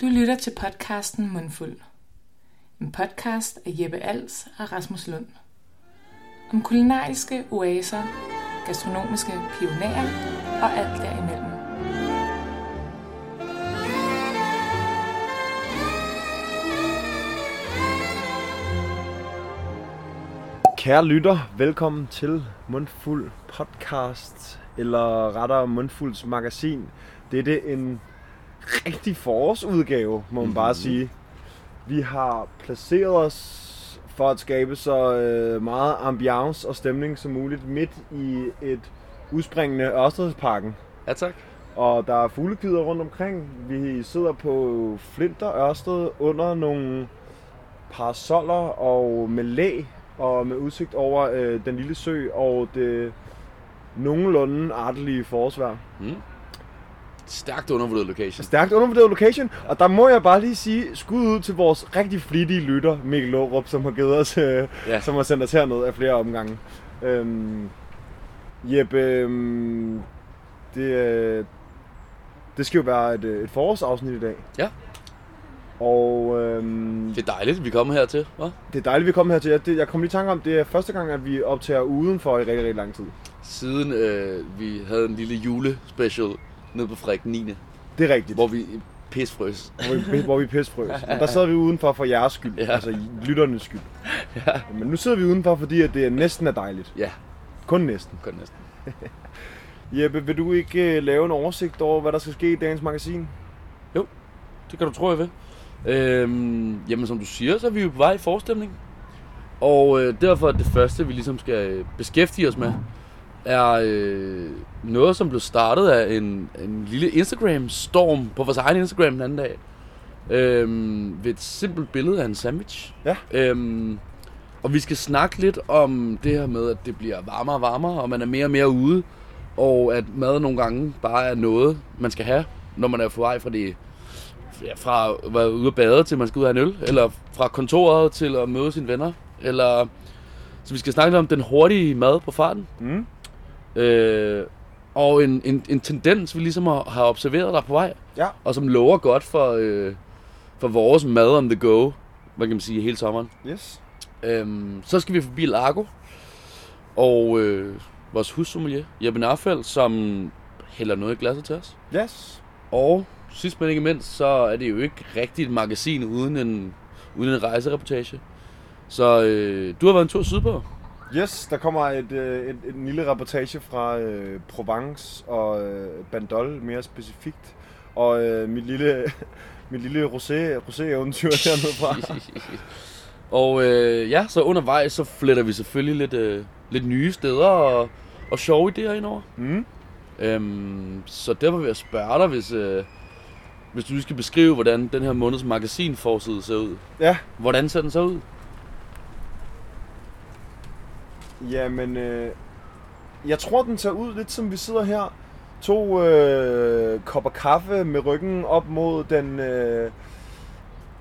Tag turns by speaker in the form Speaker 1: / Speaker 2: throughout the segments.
Speaker 1: Du lytter til podcasten Mundfuld. En podcast af Jeppe Als og Rasmus Lund. Om kulinariske oaser, gastronomiske pionerer og alt derimellem.
Speaker 2: Kære lytter, velkommen til Mundfuld Podcast, eller rettere Mundfulds Magasin. Det er det en rigtig forårsudgave, må man bare sige. Vi har placeret os for at skabe så øh, meget ambiance og stemning som muligt midt i et udspringende Ørstedsparken.
Speaker 3: Ja tak.
Speaker 2: Og der er fuglekvider rundt omkring. Vi sidder på Flinter Ørsted under nogle parasoller og med læ og med udsigt over øh, den lille sø og det nogenlunde artelige forårsvær.
Speaker 3: Stærkt undervurderet location.
Speaker 2: Stærkt undervurderet location, og der må jeg bare lige sige skud ud til vores rigtig flittige lytter, Mikkel Aarup, som har givet os, øh,
Speaker 3: Ja.
Speaker 2: som har sendt os herned af flere omgange. Øhm, Jeppe, øhm, det, øh, det skal jo være et, øh, et forårsafsnit i dag.
Speaker 3: Ja.
Speaker 2: Og øhm,
Speaker 3: Det er dejligt, vi kommer hertil, hva'?
Speaker 2: det er dejligt, vi kom hertil. Jeg, det, jeg kom lige i tanke om, det er første gang, at vi optager udenfor i rigtig, rigtig lang tid.
Speaker 3: Siden øh, vi havde en lille julespecial nede på Fræk 9.
Speaker 2: Det er rigtigt.
Speaker 3: Hvor vi pisfrøs.
Speaker 2: hvor vi, hvor vi pisfrøs. Men der sad vi udenfor for jeres skyld, ja.
Speaker 3: Ja.
Speaker 2: altså lytternes skyld. Ja. Men nu sidder vi udenfor, fordi at det næsten er dejligt.
Speaker 3: Ja,
Speaker 2: Kun næsten.
Speaker 3: godt næsten.
Speaker 2: Jeppe, vil du ikke øh, lave en oversigt over, hvad der skal ske i dagens magasin?
Speaker 3: Det kan du tro, jeg vil. Øhm, jamen, som du siger, så er vi jo på vej i forestemning. Og øh, derfor er det første, vi ligesom skal øh, beskæftige os med, er øh, noget, som blev startet af en, en lille Instagram-storm på vores egen Instagram den anden dag. Øhm, ved et simpelt billede af en sandwich.
Speaker 2: Ja.
Speaker 3: Øhm, og vi skal snakke lidt om det her med, at det bliver varmere og varmere, og man er mere og mere ude. Og at mad nogle gange bare er noget, man skal have, når man er på vej fra det ja, fra at være ude at bade til man skal ud og have en øl, eller fra kontoret til at møde sine venner, eller så vi skal snakke lidt om den hurtige mad på farten.
Speaker 2: Mm.
Speaker 3: Øh, og en, en, en tendens, vi ligesom har, har observeret der er på vej,
Speaker 2: Ja.
Speaker 3: og som lover godt for, øh, for vores mad on the go, hvad kan man sige, hele sommeren.
Speaker 2: Yes.
Speaker 3: Øhm, så skal vi forbi Largo, og øh, vores hussommelier, Jeppe Narfeldt, som hælder noget i glasset til os.
Speaker 2: Yes.
Speaker 3: Og sidst men ikke mindst, så er det jo ikke rigtigt et magasin uden en, uden en rejsereportage. Så øh, du har været en tur sydpå.
Speaker 2: Yes, der kommer et, øh, et, et, en lille reportage fra øh, Provence og øh, Bandol mere specifikt. Og øh, mit lille, mit lille rosé, rosé-eventyr dernede fra.
Speaker 3: og øh, ja, så undervejs så fletter vi selvfølgelig lidt, øh, lidt nye steder og, og sjove idéer indover.
Speaker 2: Mm.
Speaker 3: Øhm, så derfor vil jeg spørge dig, hvis, øh, hvis du lige skal beskrive, hvordan den her måneds magasinforside ser ud.
Speaker 2: Ja.
Speaker 3: Hvordan ser den så ud?
Speaker 2: Jamen, øh, jeg tror, den tager ud lidt som vi sidder her. To øh, kopper kaffe med ryggen op mod den øh,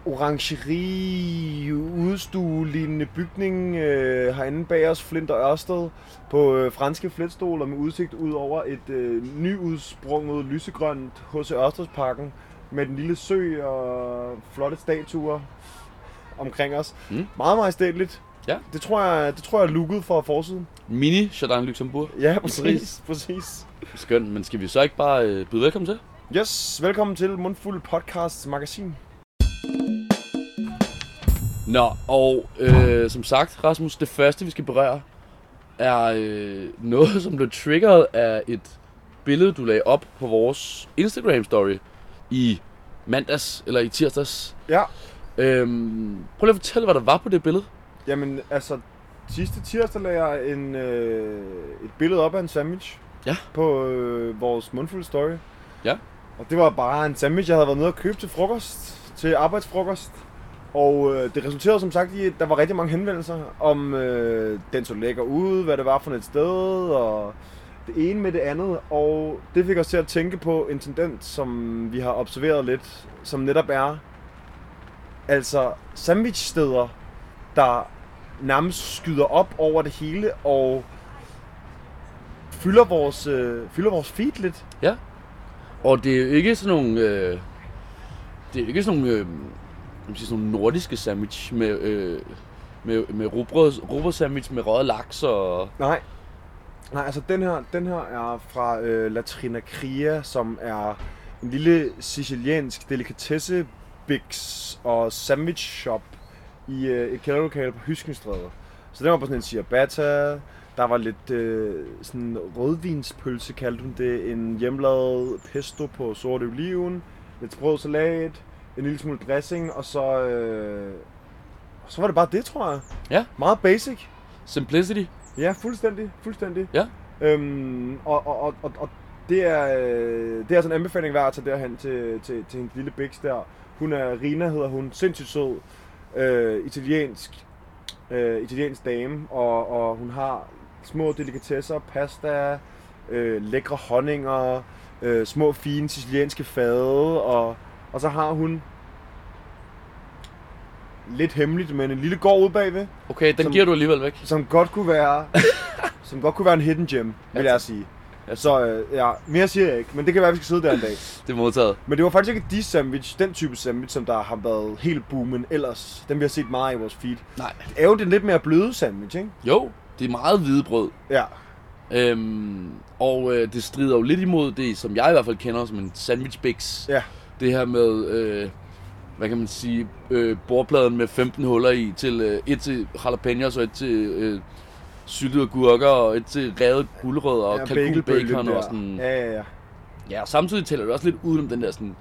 Speaker 2: orangerie udstuelignende bygning øh, herinde bag os, Flint og Ørsted, på øh, franske fletstoler med udsigt ud over et øh, nyudsprunget lysegrønt H.C. Ørstedsparken med den lille sø og flotte statuer omkring os. Mm.
Speaker 3: Mm.
Speaker 2: Meget majestætligt.
Speaker 3: Ja.
Speaker 2: Det tror jeg, det tror jeg er looket for forsiden.
Speaker 3: Mini Jardin Luxembourg.
Speaker 2: Ja, præcis,
Speaker 3: Paris.
Speaker 2: præcis.
Speaker 3: Skønt, men skal vi så ikke bare øh, byde velkommen til?
Speaker 2: Yes, velkommen til Mundfuld Podcasts magasin.
Speaker 3: Nå, og øh, som sagt, Rasmus, det første vi skal berøre er øh, noget, som blev triggeret af et billede, du lagde op på vores Instagram-story i mandags eller i tirsdags.
Speaker 2: Ja,
Speaker 3: Øhm, prøv lige at fortælle, hvad der var på det billede.
Speaker 2: jamen altså, sidste tirsdag lagde jeg en, øh, et billede op af en sandwich
Speaker 3: Ja.
Speaker 2: på øh, vores Mundfuld Story.
Speaker 3: Ja.
Speaker 2: Og det var bare en sandwich, jeg havde været nede og købe til frokost, til arbejdsfrokost. Og øh, det resulterede som sagt i, at der var rigtig mange henvendelser om, øh, den så lækker ud, hvad det var for et sted, og det ene med det andet, og det fik os til at tænke på en tendens, som vi har observeret lidt, som netop er, altså sandwichsteder, der nærmest skyder op over det hele, og fylder vores, øh, fylder vores feed lidt.
Speaker 3: Og det er jo ikke sådan nogle øh, det er ikke sådan nogle, øh, jeg vil sige, sådan nogle nordiske sandwich med, øh, med, med rugbrød, rugbrød sandwich med røget laks og...
Speaker 2: Nej. Nej, altså den her, den her er fra øh, Latrina Cria, som er en lille siciliansk delikatesse biks og sandwich shop i øh, et kælderlokale på Hyskenstræde. Så den var på sådan en ciabatta, der var lidt øh, sådan rødvinspølse, kaldte hun det, en hjemmelavet pesto på sort oliven, lidt sprød salat, en lille smule dressing, og så, øh, så var det bare det, tror jeg.
Speaker 3: Ja.
Speaker 2: Meget basic.
Speaker 3: Simplicity.
Speaker 2: Ja, fuldstændig, fuldstændig.
Speaker 3: Ja.
Speaker 2: Øhm, og, og, og, og, og det er, øh, det er altså en anbefaling værd at tage derhen til, til, til en lille biks der. Hun er Rina, hedder hun, sindssygt sød, øh, italiensk, øh, italiensk dame, og, og hun har små delikatesser, pasta, øh, lækre honninger, øh, små fine sicilianske fade, og, og så har hun lidt hemmeligt, men en lille gård ude bagved,
Speaker 3: Okay, den
Speaker 2: Som-
Speaker 3: Som... giver du alligevel væk.
Speaker 2: som godt kunne være, som godt kunne være en hidden gem, vil
Speaker 3: Ja,
Speaker 2: jeg sige.
Speaker 3: Ja,
Speaker 2: Så øh, ja, mere siger jeg ikke, men det kan være, at vi skal sidde der en dag.
Speaker 3: Det er modtaget.
Speaker 2: Men det var faktisk ikke de sandwich, den type sandwich, som der har været helt boomen ellers. Dem vi har set meget i vores feed.
Speaker 3: Nej.
Speaker 2: Det er jo den lidt mere bløde sandwich, ikke?
Speaker 3: Jo, det er meget hvidebrød.
Speaker 2: Ja,
Speaker 3: Øhm, og øh, det strider jo lidt imod det, som jeg i hvert fald kender som en sandwich bix.
Speaker 2: ja,
Speaker 3: Det her med, øh, hvad kan man sige, øh, bordpladen med 15 huller i, til øh, et til jalapenos, og et til øh, syltede gurker, og et til revet gulerødder, og
Speaker 2: ja
Speaker 3: ja, kalkun bacon,
Speaker 2: der.
Speaker 3: og sådan. Ja.
Speaker 2: Ja, ja, ja.
Speaker 3: ja, og samtidig tæller det også lidt udenom den der sådan,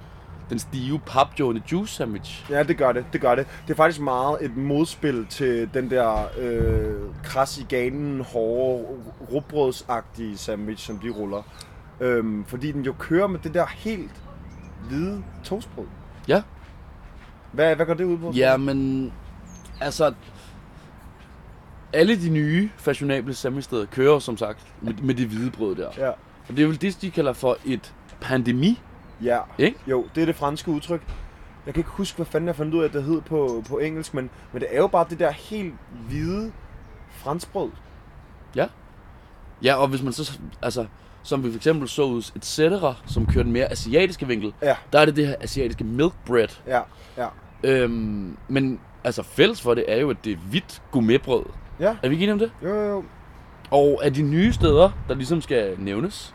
Speaker 3: den stive pap Johnny Juice sandwich.
Speaker 2: Ja, det gør det, det gør det. Det er faktisk meget et modspil til den der øh, kras i ganen, hårde, rugbrødsagtige sandwich, som de ruller. Øhm, fordi den jo kører med det der helt hvide toastbrød.
Speaker 3: Ja.
Speaker 2: Hvad, hvad går det ud på?
Speaker 3: Ja, men altså... Alle de nye fashionable sandwichsteder kører jo, som sagt med, med det hvide brød der.
Speaker 2: Ja.
Speaker 3: Og det er vel det, de kalder for et pandemi.
Speaker 2: Ja.
Speaker 3: Ikke?
Speaker 2: Jo, det er det franske udtryk. Jeg kan ikke huske, hvad fanden jeg fandt ud af, at det hed på, på engelsk, men, men det er jo bare det der helt hvide franskbrød.
Speaker 3: Ja, og hvis man så, altså, som vi for eksempel så ud et cetera, som kører den mere asiatiske vinkel,
Speaker 2: Ja,
Speaker 3: der er det det her asiatiske milk bread.
Speaker 2: ja, ja.
Speaker 3: Øhm, men altså fælles for det er jo, at det er hvidt gourmetbrød.
Speaker 2: Ja.
Speaker 3: Er vi ikke enige om det?
Speaker 2: Jo, jo, jo.
Speaker 3: Og af de nye steder, der ligesom skal nævnes,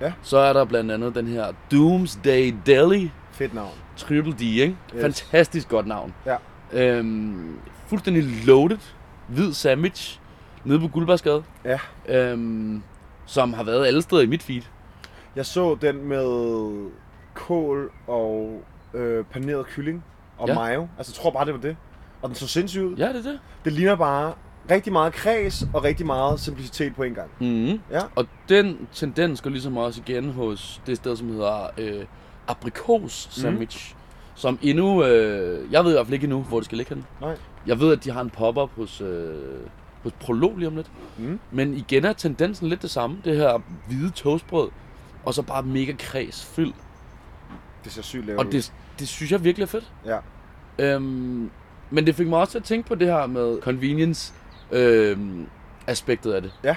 Speaker 2: Ja.
Speaker 3: så er der blandt andet den her Doomsday Deli,
Speaker 2: Fedt navn.
Speaker 3: Triple D, ikke?
Speaker 2: Yes.
Speaker 3: Yes. Fantastisk godt navn.
Speaker 2: Ja.
Speaker 3: Øhm, fuldstændig loaded, hvid sandwich, nede på Guldbærsgade.
Speaker 2: Ja.
Speaker 3: Øhm, som har været alle steder i mit feed.
Speaker 2: Jeg så den med kål og øh, paneret kylling og ja.
Speaker 3: Ja.
Speaker 2: mayo. Altså, jeg tror bare, det var det. Og den så sindssygt ud. Ja.
Speaker 3: Ja, det er det.
Speaker 2: Det ligner bare rigtig meget kreds og rigtig meget simplicitet på en gang.
Speaker 3: Mm-hmm.
Speaker 2: Ja.
Speaker 3: Og den tendens går ligesom også igen hos det sted, som hedder øh, Aprikos Sandwich. Mm. Som endnu, øh, jeg ved i hvert fald ikke endnu, hvor det skal ligge henne.
Speaker 2: Nej.
Speaker 3: Jeg ved, at de har en pop-up hos, øh, hos Prolog lige om lidt.
Speaker 2: Mm.
Speaker 3: Men igen er tendensen lidt det samme. Det her hvide toastbrød, og så bare mega kreds fyld.
Speaker 2: Det ser sygt lavet
Speaker 3: Og det, det synes jeg virkelig er fedt.
Speaker 2: ud. Ja.
Speaker 3: Øhm, men det fik mig også til at tænke på det her med convenience øhm, aspektet af det.
Speaker 2: Ja.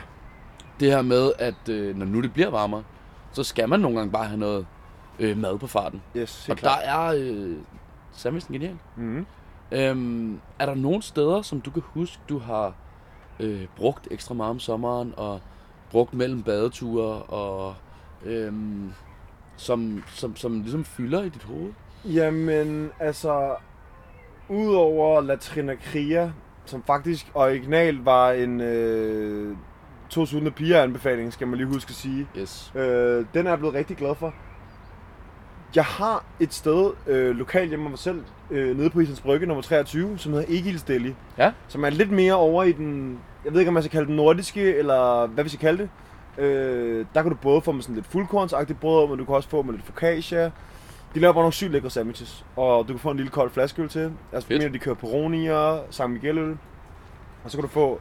Speaker 3: Det her med, at øh, når nu det bliver varmere, så skal man nogle gange bare have noget øh, mad på farten.
Speaker 2: Yes, helt
Speaker 3: Og der er øh, sandwichen genial.
Speaker 2: Mm-hmm.
Speaker 3: Øhm, er der nogle steder, som du kan huske, du har øh, brugt ekstra meget om sommeren, og brugt mellem badeture, og øhm, som, som, som ligesom fylder i dit hoved?
Speaker 2: Jamen, altså, udover Latrina Cria, som faktisk originalt var en øh, 2004-anbefaling, skal man lige huske at sige,
Speaker 3: Yes.
Speaker 2: øh, den er jeg blevet rigtig glad for. Jeg har et sted øh, lokalt hjemme af mig selv, øh, nede på Islands Brygge nummer 23, som hedder Egils Deli.
Speaker 3: Ja.
Speaker 2: Som er lidt mere over i den, jeg ved ikke om man skal kalde den nordiske, eller hvad vi skal kalde det. Øh, der kan du både få med sådan lidt fuldkornsagtigt brød, men du kan også få med lidt focaccia. De laver bare nogle sygt lækre sandwiches, og du kan få en lille kold flaskeøl til. Altså,
Speaker 3: Fedt.
Speaker 2: mener, de kører peronier, San Miguel øl. Og så kan du få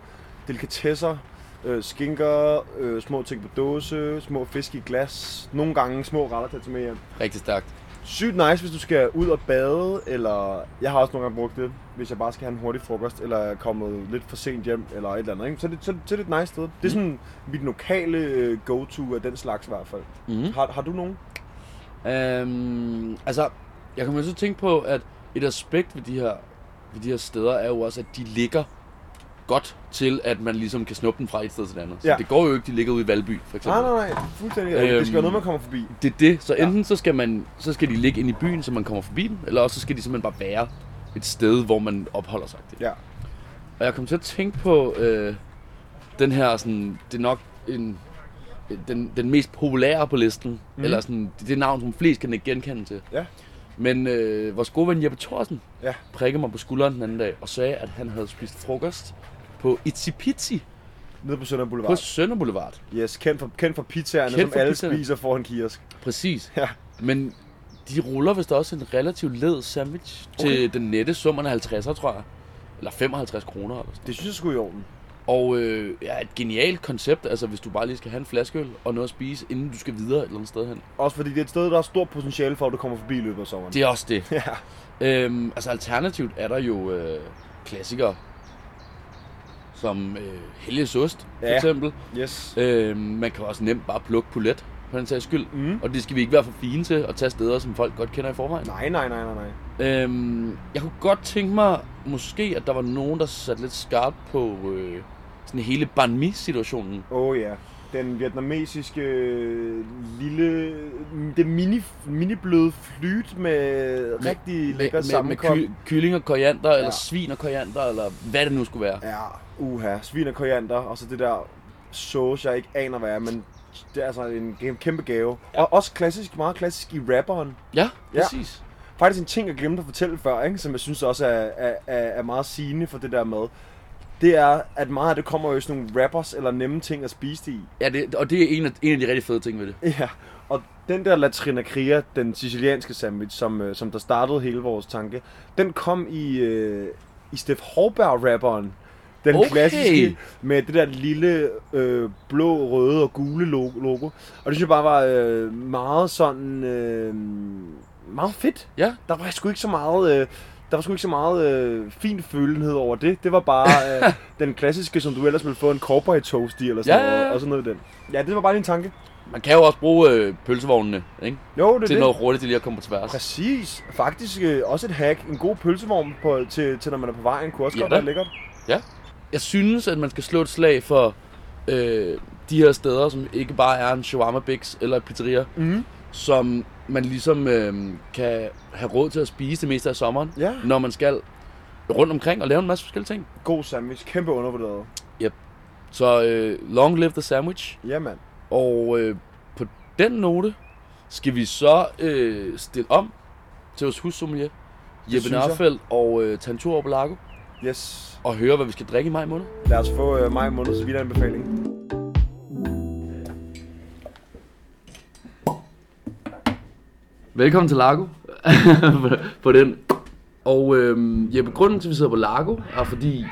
Speaker 2: delikatesser, øh, skinker, øh, små ting på dåse, små fisk i glas, nogle gange små retter til at tage med hjem.
Speaker 3: Rigtig stærkt.
Speaker 2: Sygt nice, hvis du skal ud og bade, eller jeg har også nogle gange brugt det, hvis jeg bare skal have en hurtig frokost, eller er kommet lidt for sent hjem, eller et eller andet. Ikke? Så, er det, så, så er det et nice sted.
Speaker 3: Mm.
Speaker 2: Det er sådan mit lokale øh, go-to af den slags i hvert fald.
Speaker 3: Mhm.
Speaker 2: Har, har du nogen?
Speaker 3: Øhm, altså, jeg kommer så tænke på, at et aspekt ved de, her, ved de her steder er jo også, at de ligger godt til, at man ligesom kan snuppe den fra et sted til et andet. Så
Speaker 2: Ja.
Speaker 3: det går jo ikke, de ligger ude i Valby, for
Speaker 2: Nej,
Speaker 3: eksempel.
Speaker 2: nej, nej. Fuldstændig. Øhm, det skal være
Speaker 3: Øhm,
Speaker 2: noget, man kommer forbi.
Speaker 3: Det er det. Så
Speaker 2: Ja.
Speaker 3: enten så skal, man, så skal de ligge inde i byen, så man kommer forbi dem, eller også så skal de simpelthen bare være et sted, hvor man opholder sig.
Speaker 2: Ja.
Speaker 3: Og jeg kom til at tænke på øh, den her, sådan, det er nok en, den, den mest populære på listen,
Speaker 2: Mhm.
Speaker 3: mm. eller sådan, det, det navn, som flest kan ikke genkende til.
Speaker 2: Ja.
Speaker 3: Men øh, vores gode ven Jeppe Thorsen
Speaker 2: Ja.
Speaker 3: prikkede mig på skulderen den anden dag og sagde, at han havde spist frokost på Itzi Pizzi
Speaker 2: Nede på Sønder
Speaker 3: på
Speaker 2: Boulevard.
Speaker 3: Sønder Boulevard.
Speaker 2: Yes, kendt for, kendt for pizzaerne,
Speaker 3: Kendt
Speaker 2: kendt som
Speaker 3: for
Speaker 2: alle
Speaker 3: pizzaerne.
Speaker 2: spiser foran kiosk.
Speaker 3: Præcis.
Speaker 2: Ja.
Speaker 3: Men de ruller vist også en relativt led sandwich okay. til den nette sum af 50'er, tror jeg. Eller 55 kroner eller sådan.
Speaker 2: Det synes jeg skulle i orden.
Speaker 3: Og øh, ja, et genialt koncept, altså hvis du bare lige skal have en flaskeøl og noget at spise, inden du skal videre et eller andet sted hen.
Speaker 2: Også fordi det er et sted, der er stort potentiale for, at du kommer forbi i løbet af sommeren.
Speaker 3: Det er også det.
Speaker 2: Ja.
Speaker 3: Øhm, altså alternativt er der jo øh, klassikere, som øh, Helges Ost, for
Speaker 2: Ja.
Speaker 3: eksempel.
Speaker 2: Yes.
Speaker 3: Øhm, man kan også nemt bare plukke poulet, på den sags skyld.
Speaker 2: Mm.
Speaker 3: Og det skal vi ikke være for fine til at tage steder, som folk godt kender i forvejen.
Speaker 2: Nej, nej, nej, nej, nej.
Speaker 3: Øhm, jeg kunne godt tænke mig, måske, at der var nogen, der satte lidt skarpt på øh, sådan hele banh mi-situationen.
Speaker 2: Åh oh, ja. Den vietnamesiske øh, lille, det mini, mini bløde flyt med rigtig lækker
Speaker 3: med, med
Speaker 2: sammenkogt.
Speaker 3: ky- kylling og koriander, ja. eller
Speaker 2: Ja.
Speaker 3: svin og koriander, eller hvad det nu skulle være.
Speaker 2: Ja, uha. Svin og koriander, og så det der sauce, jeg ikke aner hvad er, men det er altså en kæm- kæmpe gave. Ja. Og også klassisk, meget klassisk i rapperen.
Speaker 3: Ja,
Speaker 2: Ja.
Speaker 3: præcis.
Speaker 2: faktisk en ting, jeg glemte at fortælle før, ikke? som jeg synes også er, er, er, er meget sigende for det der med, det er, at meget af det kommer jo i sådan nogle rappers eller nemme ting at spise det i.
Speaker 3: Ja, det, og det er en af, en af de rigtig fede ting ved det.
Speaker 2: Ja, og den der latrina cria, den sicilianske sandwich, som, øh, som der startede hele vores tanke, den kom i, øh, i Steff Horberg-rapperen. Den
Speaker 3: Okay.
Speaker 2: okay. klassiske med det der lille øh, blå, røde og gule lo- logo. Og det synes jeg bare var øh, meget sådan... Øh, meget fedt.
Speaker 3: Ja.
Speaker 2: Der var sgu ikke så meget... Øh, der var sgu ikke så meget øh, fin følenhed over det. Det var bare øh, den klassiske, som du ellers ville få en corporate toast i, eller sådan
Speaker 3: Ja, ja, ja.
Speaker 2: noget, og sådan noget i den. Ja, det var bare lige en tanke.
Speaker 3: Man kan jo også bruge øh, pølsevognene, ikke?
Speaker 2: Jo, det er
Speaker 3: Til
Speaker 2: det.
Speaker 3: noget hurtigt til lige at komme på tværs.
Speaker 2: Præcis. Faktisk øh, også et hack. En god pølsevogn på, til, til, når man er på vejen, kunne også
Speaker 3: Ja
Speaker 2: godt
Speaker 3: da.
Speaker 2: være lækkert.
Speaker 3: Jeg synes, at man skal slå et slag for øh, de her steder, som ikke bare er en shawarma bix eller et pizzeria,
Speaker 2: Mhm.
Speaker 3: som man ligesom øh, kan have råd til at spise det meste af sommeren,
Speaker 2: Ja.
Speaker 3: når man skal rundt omkring og lave en masse forskellige ting.
Speaker 2: God sandwich. Kæmpe undervurderet.
Speaker 3: Så øh, long live the sandwich.
Speaker 2: Ja, mand.
Speaker 3: Og øh, på den note skal vi så øh, stille om til vores hussommelier, Jeppe
Speaker 2: synes jeg.
Speaker 3: Nørfeldt og øh, tage en tur over på Largo,
Speaker 2: Yes.
Speaker 3: og høre, hvad vi skal drikke i maj måned.
Speaker 2: Lad os få øh, maj måneds vinanbefaling.
Speaker 3: Velkommen til Largo på den. Og øh, Jeppe, grunden til, at vi sidder på Largo, er fordi...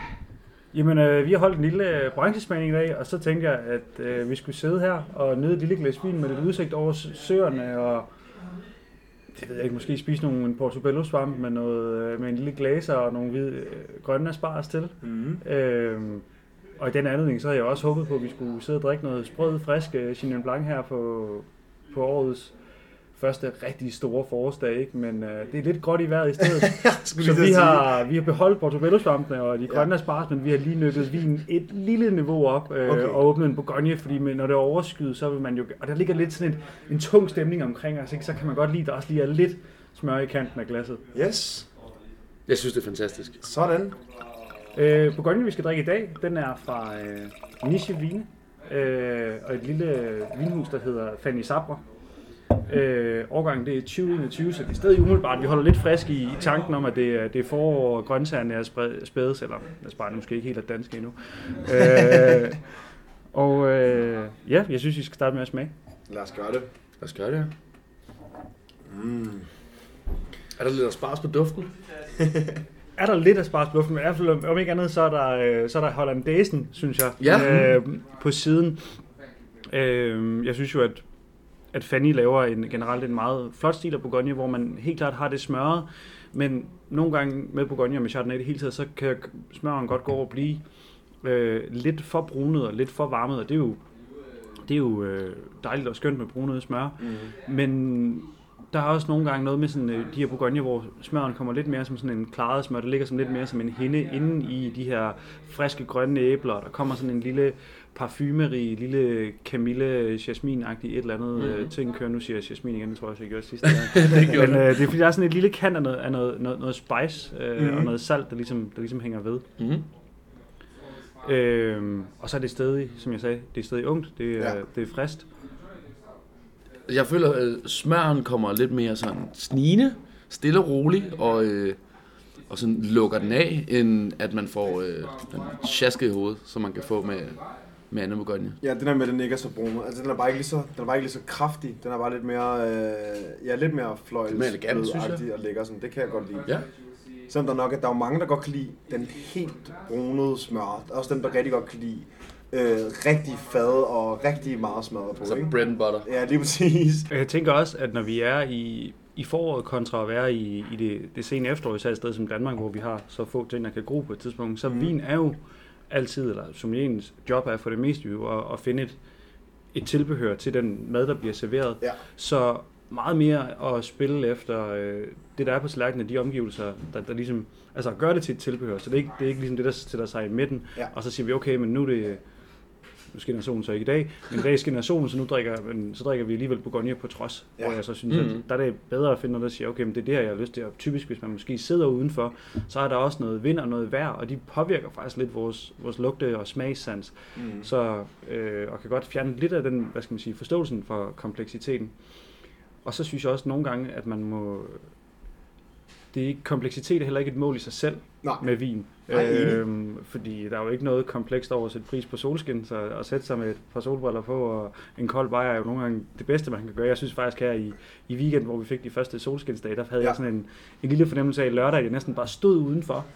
Speaker 4: Jamen, øh, vi har holdt en lille øh, branchesmagning i dag, og så tænkte jeg, at øh, vi skulle sidde her og nyde et lille glas vin med lidt udsigt over s- søerne, og det ved jeg ikke, måske spise nogle en portobello svamp med, noget, øh, med en lille glaser og nogle hvid, øh, grønne asparges til.
Speaker 2: Mm.
Speaker 4: Øh, og i den anledning, så havde jeg også håbet på, at vi skulle sidde og drikke noget sprød, frisk øh, Chenin Blanc her på, på årets første rigtig store forårsdag, ikke? men øh, det er lidt gråt i vejret i stedet. Så vi har, vi har beholdt portobellosvampene og de grønne asparges, men vi har lige nykket vinen et lille niveau op øh,
Speaker 2: Okay.
Speaker 4: okay. og åbnet en bourgogne, fordi med- når det er overskyet, så vil man jo... Og der ligger lidt sådan en, en tung stemning omkring os, ikke? så kan man godt lide, at der også lige er lidt smør i kanten af glasset.
Speaker 2: Yes.
Speaker 3: Jeg synes, det er fantastisk.
Speaker 2: Sådan.
Speaker 4: Øh, bourgogne, vi skal drikke i dag, den er fra øh, Niche Vine, øh, og et lille øh, vinhus, der hedder Fanny Sabra. Øh, årgangen det er 2021, så det er stadig umiddelbart. Vi holder lidt frisk i, i tanken om, at det, er- det er forår, og grøntsagerne er spred- spædes, eller aspargen er måske ikke helt er dansk endnu. Øh, og øh, ja, jeg synes, vi skal starte med at smage.
Speaker 2: Lad os gøre det.
Speaker 3: Lad os gøre det her. Mm. Er der lidt asparges på duften?
Speaker 4: er der lidt af spars luften, men i hvert fald om- om ikke andet, så er der, øh, så er der hollandaisen, synes jeg,
Speaker 3: Ja.
Speaker 4: øh, på siden. Øh, jeg synes jo, at, at Fanny laver en, generelt en meget flot stil af Bourgogne, hvor man helt klart har det smørret, men nogle gange med Bourgogne og med Chardonnay i det hele taget, så kan smøren godt gå over og blive øh, lidt for brunet og lidt for varmet, og det er jo, det er jo øh, dejligt og skønt med brunet smør, mm. men der er også nogle gange noget med sådan, øh, de her Bourgogne, hvor smøren kommer lidt mere som sådan en klaret smør. Det ligger som lidt mere som en hinde inde i de her friske grønne æbler. og Der kommer sådan en lille parfumerig, lille Camille jasmin agtig et eller andet mm-hmm. ting kører. Nu siger jeg jasmin igen, det tror jeg også, jeg gjorde sidste gang. det Men øh, det er fordi, der er sådan et lille kant af noget, af noget, noget, noget spice øh, mm-hmm. og noget salt, der ligesom, der ligesom hænger ved.
Speaker 3: Mhm.
Speaker 4: Øhm, og så er det stadig, som jeg sagde, det er stadig ungt, det er,
Speaker 2: Ja.
Speaker 4: ja. det er frist.
Speaker 3: øh, Jeg føler, at smøren kommer lidt mere sådan snigende, stille og roligt, og, øh, og sådan lukker den af, end at man får øh, en sjaske i hovedet, som man kan få med, med andet Bourgogne.
Speaker 2: Ja, den der med, at den ikke er så brun. Altså, den er bare ikke lige så, den er bare ikke lige så kraftig. Den er bare lidt mere, øh, ja, lidt mere fløjt.
Speaker 3: Lidt mere elegant, synes jeg.
Speaker 2: Og lækker sådan. Det kan jeg godt lide.
Speaker 3: Ja.
Speaker 2: Selvom der nok er, der er jo mange, der godt kan lide den helt brunede smør. Der er også dem, der rigtig godt kan lide øh, rigtig fad og rigtig meget smør på,
Speaker 3: Så
Speaker 2: ikke?
Speaker 3: bread and butter.
Speaker 2: Ja, lige præcis.
Speaker 4: Og Jeg tænker også, at når vi er i, i foråret kontra at være i, i det, det sene efterår, især et sted som Danmark, hvor vi har så få ting, der kan gro på et tidspunkt, så mm. vin er jo altid, eller som ens job er for det meste jo, at, at finde et, et tilbehør til den mad, der bliver serveret.
Speaker 2: Ja.
Speaker 4: Så meget mere at spille efter øh, det, der er på tallerkenen, de omgivelser, der, der ligesom, altså gør det til et tilbehør, så det er ikke, det er ikke ligesom det, der sætter sig i midten,
Speaker 2: Ja.
Speaker 4: og så siger vi, okay, men nu er det, nu skinner solen så ikke i dag, men i dag skinner solen, så nu drikker, men så drikker vi alligevel Bourgogne på trods,
Speaker 2: Ja.
Speaker 4: ja. hvor jeg så synes, mm-hmm. at der er det bedre at finde noget, der siger, okay, men det er det her, jeg har lyst til, og typisk hvis man måske sidder udenfor, så er der også noget vind og noget vejr, og de påvirker faktisk lidt vores, vores lugte- og smagssans, mm. så, øh, og kan godt fjerne lidt af den, hvad skal man sige, forståelsen for kompleksiteten. Og så synes jeg også nogle gange, at man må, det er ikke, kompleksitet er heller ikke et mål i sig selv,
Speaker 2: Nej.
Speaker 4: med vin.
Speaker 2: Nej, enig.
Speaker 4: Øhm, fordi der er jo ikke noget komplekst over at sætte pris på solskin, så at sætte sig med et par solbriller på og en kold bajer er jo nogle gange det bedste, man kan gøre. Jeg synes faktisk her i, i weekenden, hvor vi fik de første solskinsdage, der havde
Speaker 2: Ja.
Speaker 4: ja. jeg sådan en, en lille fornemmelse af at lørdag, at jeg næsten bare stod udenfor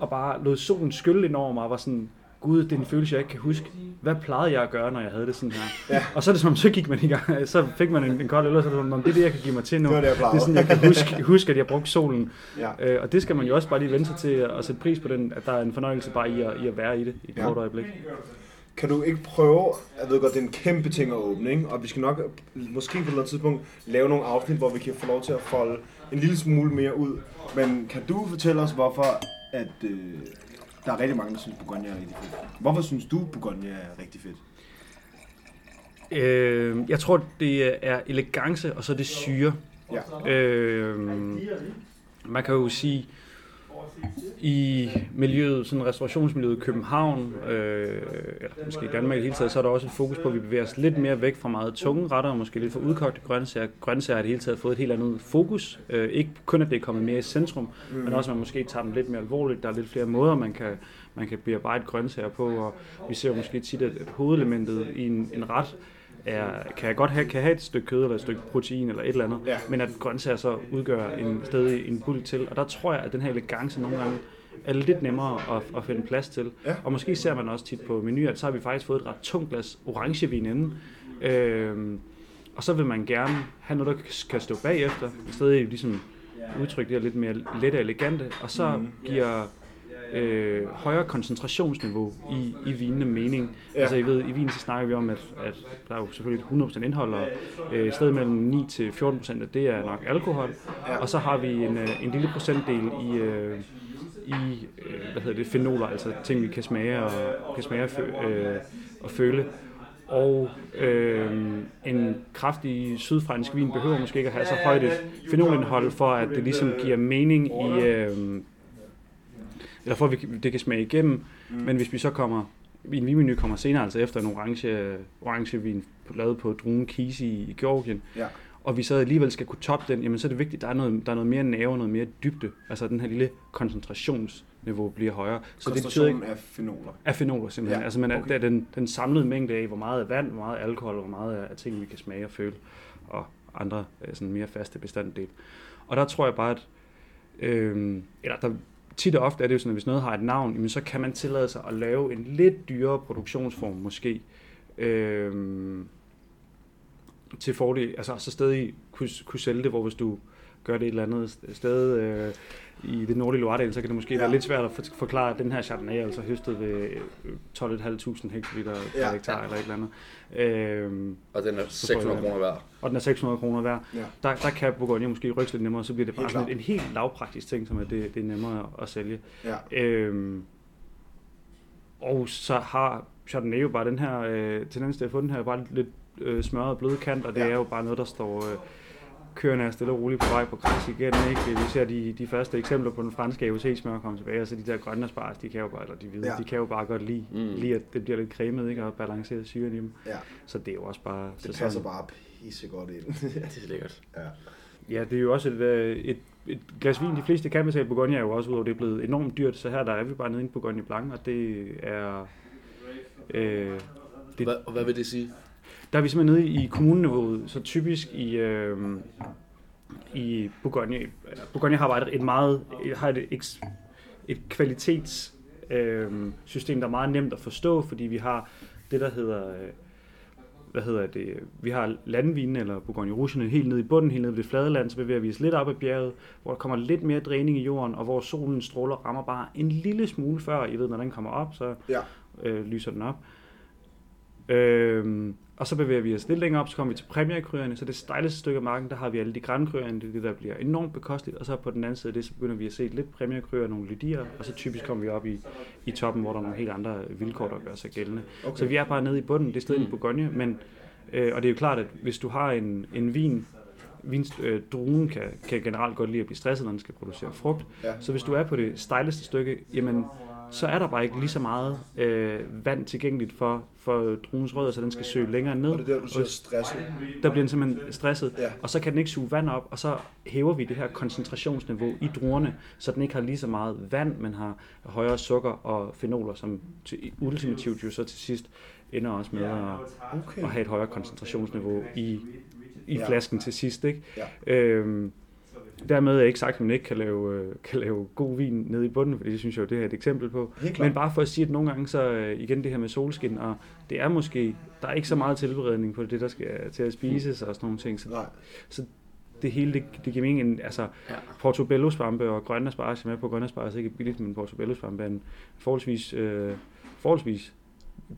Speaker 4: og bare lod solen skylle ind over mig og var sådan, gud, det er en følelse, jeg ikke kan huske. Hvad plejede jeg at gøre, når jeg havde det sådan her? Ja. Og så er det som, om, så gik man i gang, så fik man en, en kold øl, og så er det som, om, det er det, jeg kan give mig til nu.
Speaker 2: Det var det, jeg plejede.
Speaker 4: det er sådan, jeg kan huske, huske, at jeg brugte solen.
Speaker 2: Ja.
Speaker 4: Øh, og det skal man jo også bare lige vende sig til at sætte pris på den, at der er en fornøjelse bare i at, i at være i det i et
Speaker 2: Ja.
Speaker 4: ja. kort øjeblik.
Speaker 2: Kan du ikke prøve, jeg ved godt, det er en kæmpe ting at åbne, ikke? og vi skal nok måske på et eller andet tidspunkt lave nogle afsnit, hvor vi kan få lov til at folde en lille smule mere ud. Men kan du fortælle os, hvorfor at, øh, der er rigtig mange, der synes, Bourgogne er rigtig fedt? Hvorfor synes du, Bourgogne er rigtig fedt?
Speaker 4: Øh, jeg tror, det er elegance, og så det syre.
Speaker 2: Ja.
Speaker 4: Øh, man kan jo sige, i miljøet, sådan restaurationsmiljøet i København, øh, eller måske i Danmark i det hele taget, så er der også et fokus på, at vi bevæger os lidt mere væk fra meget tunge retter, og måske lidt fra udkogte grøntsager. Grøntsager har i det hele taget fået et helt andet fokus. Øh, ikke kun, at det er kommet mere i centrum, mm. men også, at man måske tager dem lidt mere alvorligt. Der er lidt flere måder, man kan, man kan bearbejde grøntsager på, og vi ser jo måske tit, at, at hovedelementet i en, en ret er, kan jeg godt have, kan have et stykke kød eller et stykke protein eller et eller andet,
Speaker 2: Ja.
Speaker 4: men at grøntsager så udgør en stadig en bulk til. Og der tror jeg, at den her elegance nogle gange er lidt nemmere at, at finde plads til.
Speaker 2: Ja.
Speaker 4: Og måske ser man også tit på menuer, at så har vi faktisk fået et ret tungt glas orangevin inden. Øhm, og så vil man gerne have noget, der kan stå bagefter, i stedet ligesom udtrykke det her lidt mere lette og elegante, og så
Speaker 2: Mm.
Speaker 4: giver øh, højere koncentrationsniveau i, i vinene mening.
Speaker 2: Ja.
Speaker 4: Ja. Altså I ved, i vin så snakker vi om, at, at der er jo selvfølgelig et 100% indhold, og øh, et sted mellem 9-14% af det er nok alkohol, og så har vi en, øh, en lille procentdel i, øh, i øh, hvad hedder det, fenoler, altså ting, vi kan smage og, kan smage og, fø, øh, og føle. Og øh, en kraftig sydfransk vin behøver måske ikke at have så altså, højt et fenolindhold, for at det ligesom giver mening i... Øh, eller for at vi, kan- det kan smage igennem. Mm. Men hvis vi så kommer, en vinmenu kommer senere, altså efter en orange, orangevin lavet på druen Kisi i, i Georgien,
Speaker 2: Ja.
Speaker 4: og vi så alligevel skal kunne toppe den, jamen så er det vigtigt, at der er noget, der er noget mere nerve, noget mere dybde. Altså den her lille koncentrationsniveau bliver højere. Så det betyder ikke
Speaker 2: Koncentrationen af fenoler.
Speaker 4: af fenoler
Speaker 2: Ja,
Speaker 4: simpelthen. Ja, altså man
Speaker 2: okay.
Speaker 4: okay. er, den, den samlede mængde af, hvor meget er vand, hvor meget er alkohol, hvor meget af ting, vi kan smage og føle, og andre øh, sådan mere faste bestanddel. Og der tror jeg bare, at øh, eller der, tit og ofte er det jo sådan, at hvis noget har et navn, jamen, så kan man tillade sig at lave en lidt dyrere produktionsform måske. Øh, til altså fordel, altså så stadig kunne, kunne sælge det, hvor hvis du gør det et eller andet sted øh, i det nordlige Loiredal, så kan det måske ja. være lidt svært at for- forklare, at den her Chardonnay er altså høstet ved øh, 12.500 hektoliter per
Speaker 2: Ja.
Speaker 4: ja. hektar eller et eller andet. Øhm,
Speaker 3: Og den er
Speaker 4: Så
Speaker 3: 600
Speaker 4: får jeg
Speaker 3: kroner værd.
Speaker 4: og den er 600 kroner værd.
Speaker 2: Ja.
Speaker 4: Ja. Der, der kan Bourgogne måske rykke lidt nemmere, så bliver det bare
Speaker 2: Helt
Speaker 4: sådan
Speaker 2: klart.
Speaker 4: en helt lavpraktisk ting, som at det, det er nemmere at sælge.
Speaker 2: Ja.
Speaker 4: Øhm, og så har Chardonnay jo bare den her øh, tendens til at få den her bare lidt øh, smørret og bløde kant, og det
Speaker 2: Ja.
Speaker 4: ja. er jo bare noget, der står øh, kørende er stille og roligt på vej på græs igen. Ikke? Vi ser de, de første eksempler på den franske AOT-smør komme tilbage, og så de der grønne spars, de kan jo bare, eller de hvide,
Speaker 2: Ja.
Speaker 4: ja. de kan jo bare godt lide,
Speaker 3: Mm.
Speaker 4: mm. lide, at det bliver lidt cremet, ikke? og balanceret syren i dem.
Speaker 2: ja.
Speaker 4: Så det er jo også bare...
Speaker 2: Det
Speaker 4: sæsonen.
Speaker 2: passer bare pissegodt ind.
Speaker 3: Ja, det er lækkert.
Speaker 2: ja.
Speaker 4: Ja, det er jo også et, øh, et, et glas vin. De fleste kan betale Bourgogne er jo også, udover det er blevet enormt dyrt, så her der er vi bare nede i en Bourgogne Blanc, og det er... Øh, Det-
Speaker 3: Hva, og hvad vil det sige?
Speaker 4: der er vi simpelthen nede i kommuneniveauet, så typisk i... Øh, i Bourgogne, eller Bourgogne har bare et, et meget, har et, et, et kvalitets øh, system, der er meget nemt at forstå, fordi vi har det, der hedder, øh, hvad hedder det, vi har landvinen, eller Bourgogne Rouge'erne, helt nede i bunden, helt nede ved det flade land, så bevæger vi os lidt op ad bjerget, hvor der kommer lidt mere dræning i jorden, og hvor solen stråler rammer bare en lille smule før, I ved, når den kommer op, så
Speaker 2: Ja.
Speaker 4: øh, lyser den op. Øhm, og så bevæger vi os lidt længere op, så kommer vi til præmiekryerne, så det stejleste stykke af marken, der har vi alle de grænkryerne, det er det, der bliver enormt bekosteligt, og så på den anden side af det, så begynder vi at se lidt præmiekryger, nogle lydier, og så typisk kommer vi op i, i toppen, hvor der er nogle helt andre vilkår, der gør sig gældende.
Speaker 2: Okay.
Speaker 4: Okay. Så vi er bare nede i bunden, det sted i Bourgogne, men, øh, og det er jo klart, at hvis du har en, en vin, vins, øh, druen kan, kan generelt godt lide at blive stresset, når den skal producere frugt,
Speaker 2: Ja.
Speaker 4: så hvis du er på det stejleste stykke, jamen, så er der bare ikke lige så meget øh, vand tilgængeligt for, for druens rødder, så den skal søge længere ned.
Speaker 2: Og det er der, du siger stresset.
Speaker 4: der bliver den simpelthen stresset,
Speaker 2: Ja.
Speaker 4: og så kan den ikke suge vand op, og så hæver vi det her koncentrationsniveau i druerne, så den ikke har lige så meget vand, men har højere sukker og fenoler, som til, ultimativt jo så til sidst ender også med at,
Speaker 2: Okay.
Speaker 4: at have et højere koncentrationsniveau i, i
Speaker 2: Ja.
Speaker 4: flasken til sidst. Ikke?
Speaker 2: Ja.
Speaker 4: Øhm, dermed er ikke sagt, at man ikke kan lave, øh, kan lave god vin nede i bunden, for det synes jeg jo, det her er et eksempel på.
Speaker 2: Helt klart.
Speaker 4: Men bare for at sige, at nogle gange så øh, igen det her med solskin, og det er måske, der er ikke så meget tilberedning på det, der skal til at spises og sådan nogle ting. Så
Speaker 2: Nej.
Speaker 4: det hele, det, det giver mening. Altså,
Speaker 3: Ja.
Speaker 4: ja. portobello svampe og grønne asparges, jeg er med på grønne asparges, ikke er billigt, men portobello svampe er en forholdsvis, øh, forholdsvis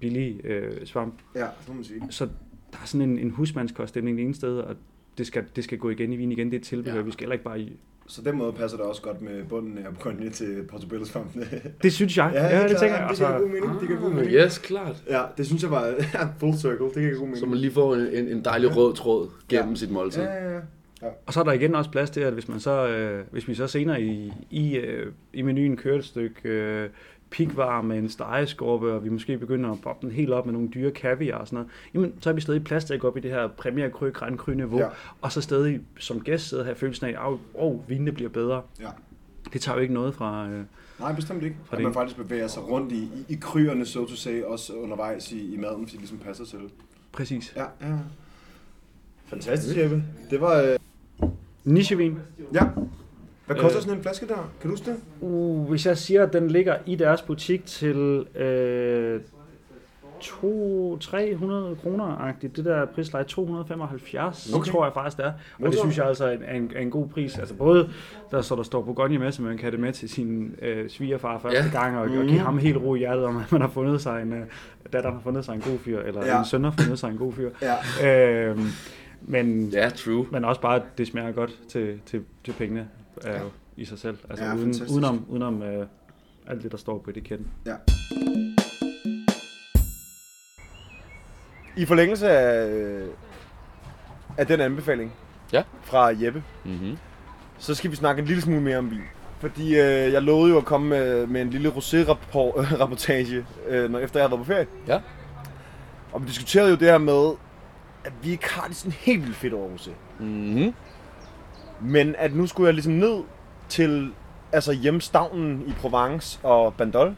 Speaker 4: billig øh, svamp.
Speaker 2: Ja, det må man sige.
Speaker 4: Så der er sådan en, en husmandskoststemning det ene sted, og det skal, det skal gå igen i vin igen, det er et tilbehør,
Speaker 3: Ja.
Speaker 4: ja. vi skal heller ikke bare i.
Speaker 2: Så den måde passer det også godt med bunden af Bourgogne til Portobello-svampene.
Speaker 4: Det synes jeg, Ah, ja,
Speaker 2: helt
Speaker 4: ja det
Speaker 2: klart.
Speaker 4: tænker
Speaker 2: Jamen, Det
Speaker 4: jeg.
Speaker 2: giver god
Speaker 4: Altså,
Speaker 2: mening. Det giver god mening.
Speaker 3: Yes, klart.
Speaker 2: Ja, det synes jeg var full circle. Det giver god mening.
Speaker 3: Så man lige får en, en, en dejlig rød tråd gennem
Speaker 2: Ja.
Speaker 3: sit måltid.
Speaker 2: Ja, ja, ja.
Speaker 4: og så er der igen også plads til, at hvis, man så, øh, hvis vi så senere i, i, øh, i menuen kører et stykke øh, pikvar med en stegeskorpe, og vi måske begynder at poppe den helt op med nogle dyre kaviar og sådan noget, jamen, så er vi stadig plads til at gå op i det her premierkry, grand cru niveau,
Speaker 2: Ja.
Speaker 4: ja. og så stadig som gæst sidde og have følelsen af, at oh, oh, vinene bliver bedre.
Speaker 2: Ja.
Speaker 4: Det tager jo ikke noget fra... Øh,
Speaker 2: Nej, bestemt ikke. At
Speaker 4: det-
Speaker 2: man faktisk bevæger sig rundt i, i, i kryerne, så to say, også undervejs i, i maden, hvis det ligesom passer til.
Speaker 4: præcis.
Speaker 2: Ja, ja. Fantastisk, Jeppe. Det var... Øh...
Speaker 4: Nichevin.
Speaker 2: Ja. Hvad koster
Speaker 4: Øh.
Speaker 2: sådan en flaske der? Kan du huske det?
Speaker 4: Uh, hvis jeg siger, at den ligger i deres butik til øh, 200-300 kroner agtigt det der prisleje 275,
Speaker 2: Okay.
Speaker 4: okay. tror jeg faktisk det er. Og det
Speaker 2: Modtaget.
Speaker 4: synes jeg altså er en, er en, er en god pris. Altså både, der, så der står Bourgogne med, så man kan have det med til sin øh, svigerfar første
Speaker 3: Ja.
Speaker 4: ja. gang, og, mm. og give ham helt ro i hjertet, om at man har fundet sig en, øh, datteren har fundet sig en god fyr, eller
Speaker 2: Ja.
Speaker 4: ja. en søn har fundet sig en god fyr.
Speaker 2: Ja.
Speaker 4: Øh, men
Speaker 3: Ja, true.
Speaker 4: men også bare, at det smager godt til, til, til pengene er jo i sig selv. Altså
Speaker 2: Ja,
Speaker 4: ja, uden,
Speaker 2: fantastisk.
Speaker 4: udenom, udenom øh, alt det, der står på etiketten.
Speaker 2: I forlængelse af, øh, af den anbefaling
Speaker 3: Ja.
Speaker 2: fra Jeppe,
Speaker 3: Mm-hmm.
Speaker 2: så skal vi snakke en lille smule mere om vin. Fordi øh, jeg lovede jo at komme med, med en lille rosé-rapportage, øh, når efter jeg havde været på ferie.
Speaker 3: Ja.
Speaker 2: Og vi diskuterede jo det her med, at vi ikke har det sådan helt vildt fedt over rosé.
Speaker 3: Mm-hmm.
Speaker 2: Men at nu skulle jeg ligesom ned til altså hjemstavnen i Provence og Bandol,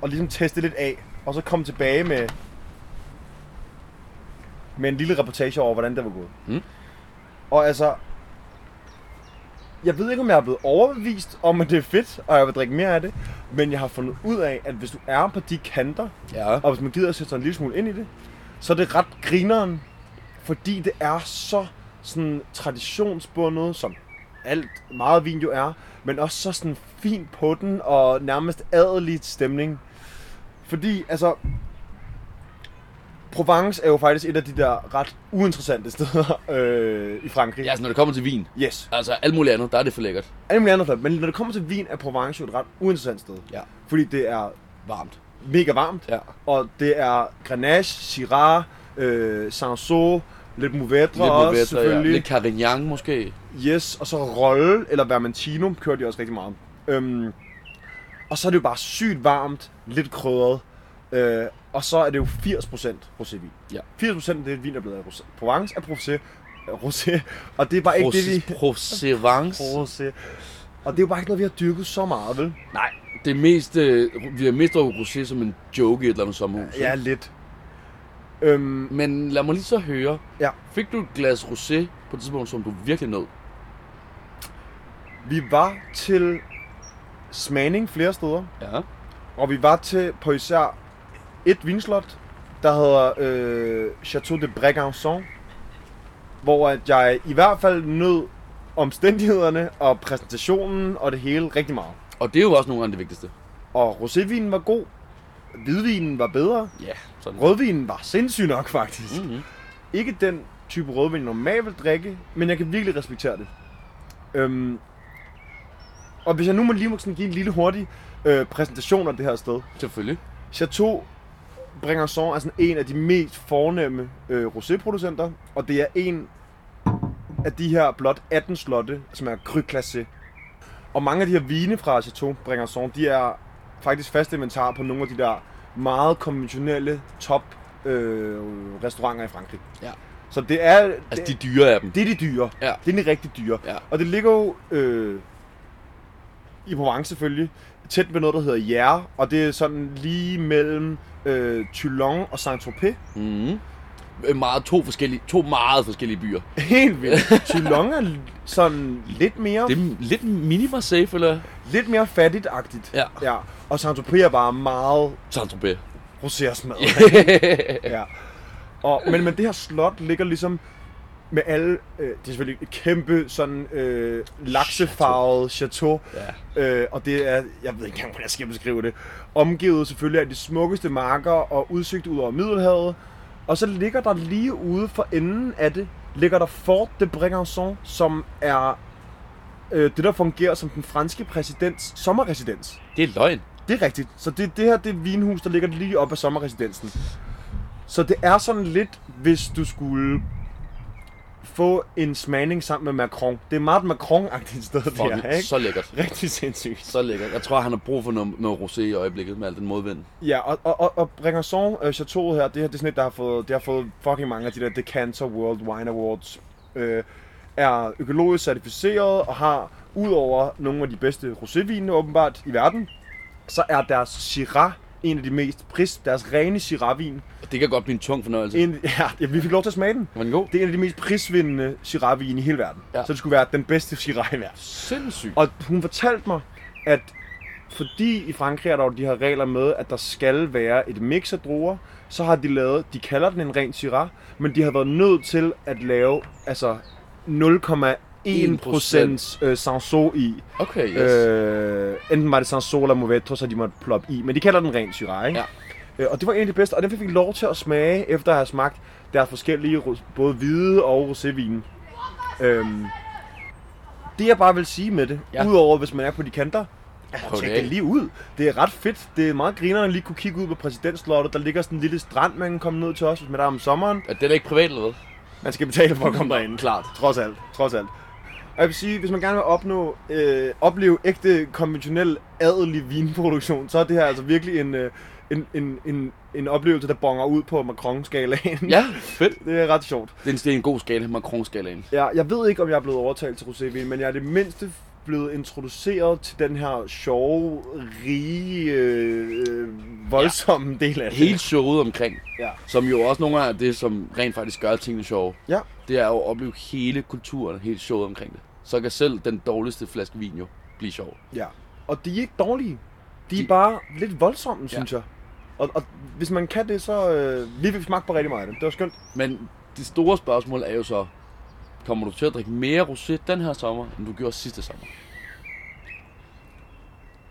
Speaker 2: og ligesom teste lidt af, og så komme tilbage med, med en lille reportage over, hvordan det var gået.
Speaker 3: Mm.
Speaker 2: Og altså, jeg ved ikke, om jeg er blevet overbevist om, at det er fedt, og jeg vil drikke mere af det, men jeg har fundet ud af, at hvis du er på de kanter,
Speaker 3: Ja.
Speaker 2: og hvis man gider at sætte sig en lille smule ind i det, så er det ret grineren, fordi det er så sådan traditionsbundet, som alt meget vin jo er, men også så sådan fint på den, og nærmest adelig stemning. Fordi, altså, Provence er jo faktisk et af de der ret uinteressante steder øh, i Frankrig.
Speaker 3: Ja, altså, når det kommer til vin,
Speaker 2: Yes.
Speaker 3: altså alt muligt andet, der er det for lækkert.
Speaker 2: Alle mulige andre steder. Men når det kommer til vin, er Provence jo et ret uinteressant sted.
Speaker 3: Ja.
Speaker 2: Fordi det er
Speaker 3: Varmt.
Speaker 2: mega varmt,
Speaker 3: Ja.
Speaker 2: og det er Grenache, Syrah, øh, Sanso, lidt Mourvedre
Speaker 3: Lidt
Speaker 2: også,
Speaker 3: Mourvedre, ja.
Speaker 2: selvfølgelig.
Speaker 3: Lidt Carignan måske.
Speaker 2: Yes, og så Rolle eller Vermentino kører de også rigtig meget. Øhm, og så er det jo bare sygt varmt, lidt krydret, øh, og så er det jo 80% rosévin.
Speaker 3: Ja.
Speaker 2: 80% af det vin, der er blevet af rosé. Provence er rosé, rosé, og det er bare ikke det, vi...
Speaker 3: Procevance.
Speaker 2: Rosé. Og det er jo bare ikke noget, vi har dyrket så meget, vel?
Speaker 3: Nej, det er mest, øh, vi har mest drukket rosé som en joke i et eller andet sommerhus.
Speaker 2: Ja, lidt. Øhm,
Speaker 3: Men lad mig lige så høre.
Speaker 2: Ja.
Speaker 3: Fik du et glas rosé på et tidspunkt, som du virkelig nåede?
Speaker 2: vi var til smagning flere steder,
Speaker 3: Ja.
Speaker 2: Og vi var til på især et vinslot, der hedder øh, Chateau de Brégançon, hvor at jeg i hvert fald nød omstændighederne og præsentationen og det hele rigtig meget.
Speaker 3: Og det er jo også nogle gange det vigtigste.
Speaker 2: Og rosévinen var god, hvidvinen var bedre,
Speaker 3: Ja, sådan.
Speaker 2: rødvinen var sindssyg nok faktisk.
Speaker 3: Mhm.
Speaker 2: Ikke den type rødvin, jeg normalt vil drikke, men jeg kan virkelig respektere det. Øhm, og hvis jeg nu må lige må sådan give en lille hurtig øh, præsentation af det her sted,
Speaker 3: Selvfølgelig.
Speaker 2: Chateau Bringerson er sådan en af de mest fornemme øh, roséproducenter, og det er en af de her blot 18 slotte, som er Cru Classé. Og mange af de her vine fra Chateau Bringerson, de er faktisk fast inventar på nogle af de der meget konventionelle top øh, restauranter i Frankrig.
Speaker 3: Ja.
Speaker 2: Så det er,
Speaker 3: Altså,
Speaker 2: det,
Speaker 3: de dyre af dem.
Speaker 2: det er de dyre.
Speaker 3: Ja.
Speaker 2: Det er de rigtig dyre.
Speaker 3: Ja.
Speaker 2: Og det ligger jo øh, i Provence selvfølgelig, tæt ved noget, der hedder Jære, og det er sådan lige mellem øh, Toulon og Saint-Tropez.
Speaker 3: Mm. Meget, to, forskellige, to meget forskellige byer.
Speaker 2: Helt vildt. Toulon er sådan lidt mere,
Speaker 3: Det er lidt mini Marseille, føler jeg.
Speaker 2: lidt mere fattigt-agtigt.
Speaker 3: Ja.
Speaker 2: ja. Og Saint-Tropez er bare meget
Speaker 3: Saint-Tropez.
Speaker 2: rosérsmad. ja. Og, men, men det her slot ligger ligesom med alle, øh, det er selvfølgelig et kæmpe sådan øh, laksefarvet chateau,
Speaker 3: Ja.
Speaker 2: Øh, og det er, jeg ved ikke engang, hvordan jeg skal beskrive det, omgivet selvfølgelig af de smukkeste marker og udsigt ud over Middelhavet. Og så ligger der lige ude for enden af det, ligger der Fort de Brégançon, som er øh, det, der fungerer som den franske præsidents sommerresidens.
Speaker 3: Det er løgn.
Speaker 2: Det er rigtigt. Så det, det her det er vinhus, der ligger lige op ad sommerresidensen. Så det er sådan lidt, hvis du skulle få en smagning sammen med Macron. Det er meget et Macron-agtigt sted, det
Speaker 3: Fuck,
Speaker 2: her, ikke?
Speaker 3: så lækkert.
Speaker 2: Rigtig sindssygt.
Speaker 3: Så lækkert. Jeg tror, han har brug for noget, noget rosé i øjeblikket med al den modvind.
Speaker 2: Ja, og, og, og, og Bringerson øh, Chateauet her, det her det er sådan et, der har fået, det har fået fucking mange af de der Decanter World Wine Awards. Øh, er økologisk certificeret og har, udover nogle af de bedste rosévine åbenbart i verden, så er deres Syrah en af de mest pris, deres rene Syrah-vin.
Speaker 3: Og det kan godt blive en tung fornøjelse.
Speaker 2: En, ja, ja, vi fik lov til at smage den.
Speaker 3: Var den god?
Speaker 2: Det er en af de mest prisvindende Syrah-vine i hele verden.
Speaker 3: Ja.
Speaker 2: Så det skulle være den bedste Syrah i verden.
Speaker 3: Sindssygt.
Speaker 2: Og hun fortalte mig, at fordi i Frankrig er der jo de her regler med, at der skal være et mix af druer, så har de lavet, de kalder den en ren Syrah, men de har været nødt til at lave altså 0,1% øh, Sanso i.
Speaker 3: Okay, yes. Øh,
Speaker 2: Øh, enten var det Sanso eller Movetto, så de måtte ploppe i. Men de kalder den ren Syrah, ikke?
Speaker 3: Ja.
Speaker 2: Øh, Og det var en af de bedste, og den fik vi lov til at smage, efter at have smagt deres forskellige, ros- både hvide og rosévine. Øhm, det jeg bare vil sige med det,
Speaker 3: Ja.
Speaker 2: ja. udover hvis man er på de kanter,
Speaker 3: Prøv
Speaker 2: altså,
Speaker 3: det
Speaker 2: tjek
Speaker 3: af.
Speaker 2: det lige ud. Det er ret fedt. Det er meget grinerne at lige kunne kigge ud på præsidentslottet. Der ligger sådan en lille strand, man kan komme ned til også, hvis man er der om sommeren.
Speaker 3: er det da ikke privat eller hvad?
Speaker 2: Man skal betale for at komme derind.
Speaker 3: Klart.
Speaker 2: Trods alt, trods alt. Og jeg vil sige, hvis man gerne vil opnå, øh, opleve ægte, konventionel, adelig vinproduktion, så er det her altså virkelig en, øh, en, en, en, en oplevelse, der bonger ud på Macron-skalaen.
Speaker 3: Ja, fedt.
Speaker 2: Det er ret sjovt.
Speaker 3: Det er en, det er en god skala, Macron-skalaen.
Speaker 2: Ja, jeg ved ikke, om jeg er blevet overtalt til rosévin, men jeg er det mindste blevet introduceret til den her sjove, rige, øh, øh, voldsomme ja. del af det.
Speaker 3: Hele showet omkring,
Speaker 2: Ja.
Speaker 3: som jo også nogle gange er det, som rent faktisk gør tingene sjove,
Speaker 2: Ja.
Speaker 3: det er jo at opleve hele kulturen, hele showet omkring det. Så kan selv den dårligste flaske vin jo blive sjov.
Speaker 2: Ja, og de er ikke dårlige. De,
Speaker 3: De-
Speaker 2: er bare lidt voldsomme,
Speaker 3: Ja.
Speaker 2: synes jeg. Og, og hvis man kan det, så... Øh, vi fik smagt på rigtig meget af det. Det var skønt.
Speaker 3: Men det store spørgsmål er jo så, kommer du til at drikke mere rosé den her sommer, end du gjorde sidste sommer?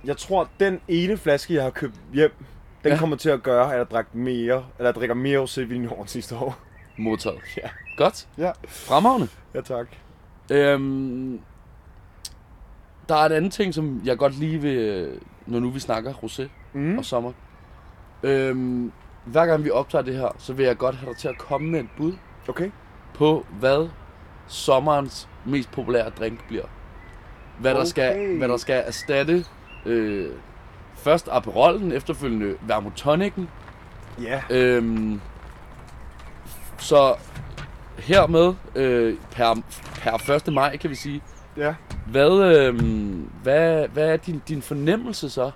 Speaker 2: Jeg tror, den ene flaske, jeg har købt hjem, den
Speaker 3: Ja.
Speaker 2: ja. kommer til at gøre, at jeg drak mere, eller jeg drikker mere Rosé Vignon sidste år.
Speaker 3: Modtaget.
Speaker 2: Ja.
Speaker 3: Godt.
Speaker 2: Ja.
Speaker 3: Fremragende.
Speaker 2: Ja, tak.
Speaker 3: Øhm, der er et andet ting, som jeg godt lige vil, når nu vi snakker rosé mm.
Speaker 2: Mm.
Speaker 3: og sommer. Øhm, hver gang vi optager det her, så vil jeg godt have dig til at komme med et bud
Speaker 2: Okay.
Speaker 3: på, hvad sommerens mest populære drink bliver. Hvad der, skal,
Speaker 2: Okay.
Speaker 3: hvad der skal erstatte øh, først Aperol'en, efterfølgende Vermouth Tonic'en.
Speaker 2: Ja.
Speaker 3: Øhm, så hermed, øh, per, per 1. maj kan vi sige,
Speaker 2: Ja.
Speaker 3: hvad, øhm, hvad, hvad er din, din fornemmelse så
Speaker 2: Det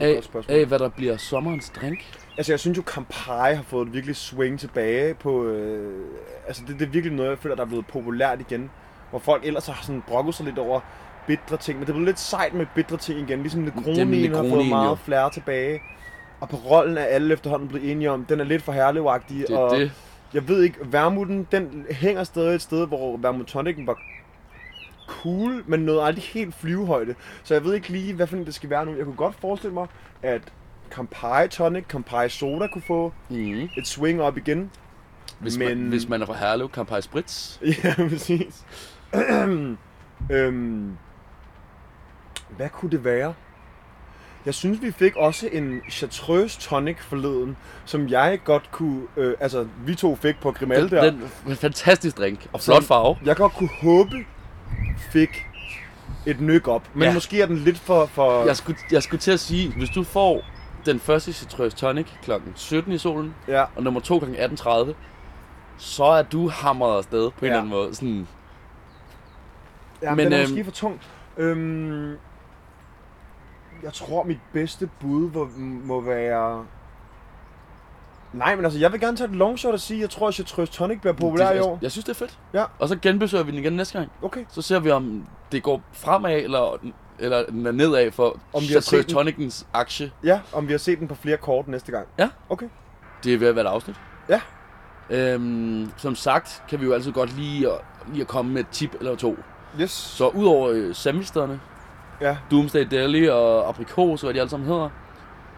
Speaker 2: er et
Speaker 3: af,
Speaker 2: godt spørgsmål.
Speaker 3: af, hvad der bliver sommerens drink?
Speaker 2: Altså, jeg synes jo, Campari har fået et virkelig swing tilbage på... Øh, altså, det, det er virkelig noget, jeg føler, der er blevet populært igen. Hvor folk ellers har sådan brokket sig lidt over bitre ting. Men det er blevet lidt sejt med bitre ting igen. Ligesom Negronin har fået
Speaker 3: Negronin,
Speaker 2: meget
Speaker 3: jo.
Speaker 2: flere tilbage. Og på rollen er alle efterhånden blevet enige om, den er lidt for herlevagtig.
Speaker 3: Det er
Speaker 2: og
Speaker 3: det.
Speaker 2: Jeg ved ikke, vermuten, den hænger stadig et sted, hvor vermouth tonicen var cool, men nåede aldrig helt flyvehøjde. Så jeg ved ikke lige, hvad for en det skal være nu. Jeg kunne godt forestille mig, at Campari tonic, Campari soda kunne få
Speaker 3: Mm.
Speaker 2: et swing op igen.
Speaker 3: Hvis, Men... man,
Speaker 2: Men-
Speaker 3: hvis man er fra Herlev, Campari Spritz.
Speaker 2: ja, præcis. øhm, hvad kunne det være? Jeg synes, vi fik også en chartreuse tonic forleden, som jeg godt kunne... Øh, altså, vi to fik på Grimaldi. der.
Speaker 3: Den, den fantastisk drink og flot
Speaker 2: Som-
Speaker 3: farve.
Speaker 2: jeg godt kunne håbe, fik et nyk op. Men
Speaker 3: Ja.
Speaker 2: ja. måske er den lidt for... for...
Speaker 3: Jeg skulle, jeg skulle til at sige, hvis du får den første Citrus Tonic kl. 17 i solen,
Speaker 2: Ja.
Speaker 3: og nummer to kl. 18.30, så er du hamret afsted på en
Speaker 2: Ja.
Speaker 3: eller anden måde. Sådan,
Speaker 2: ja,
Speaker 3: Men,
Speaker 2: men den er
Speaker 3: øhm,
Speaker 2: måske for tung. Øhm, jeg tror, mit bedste bud må, må være... Nej, men altså, jeg vil gerne tage et longshot og sige, jeg tror, at Chartreuse Tonic bliver populær i
Speaker 3: jeg,
Speaker 2: år.
Speaker 3: jeg synes, det er fedt.
Speaker 2: Ja.
Speaker 3: Og så genbesøger vi den igen næste gang.
Speaker 2: Okay.
Speaker 3: Så ser vi, om det går fremad, eller, eller den er nedad for om
Speaker 2: Om vi har
Speaker 3: Chartreuse
Speaker 2: set den.
Speaker 3: Tonicens aktie.
Speaker 2: Ja, om vi har set den på flere kort næste gang.
Speaker 3: Ja.
Speaker 2: Okay.
Speaker 3: Det er ved at være et afsnit.
Speaker 2: Ja.
Speaker 3: Øhm, som sagt, kan vi jo altid godt lige at, lige at komme med et tip eller to.
Speaker 2: Yes.
Speaker 3: Så udover øh, sandwichstederne,
Speaker 2: Ja.
Speaker 3: Doomsday Deli og Aprikos, hvad de alle sammen hedder,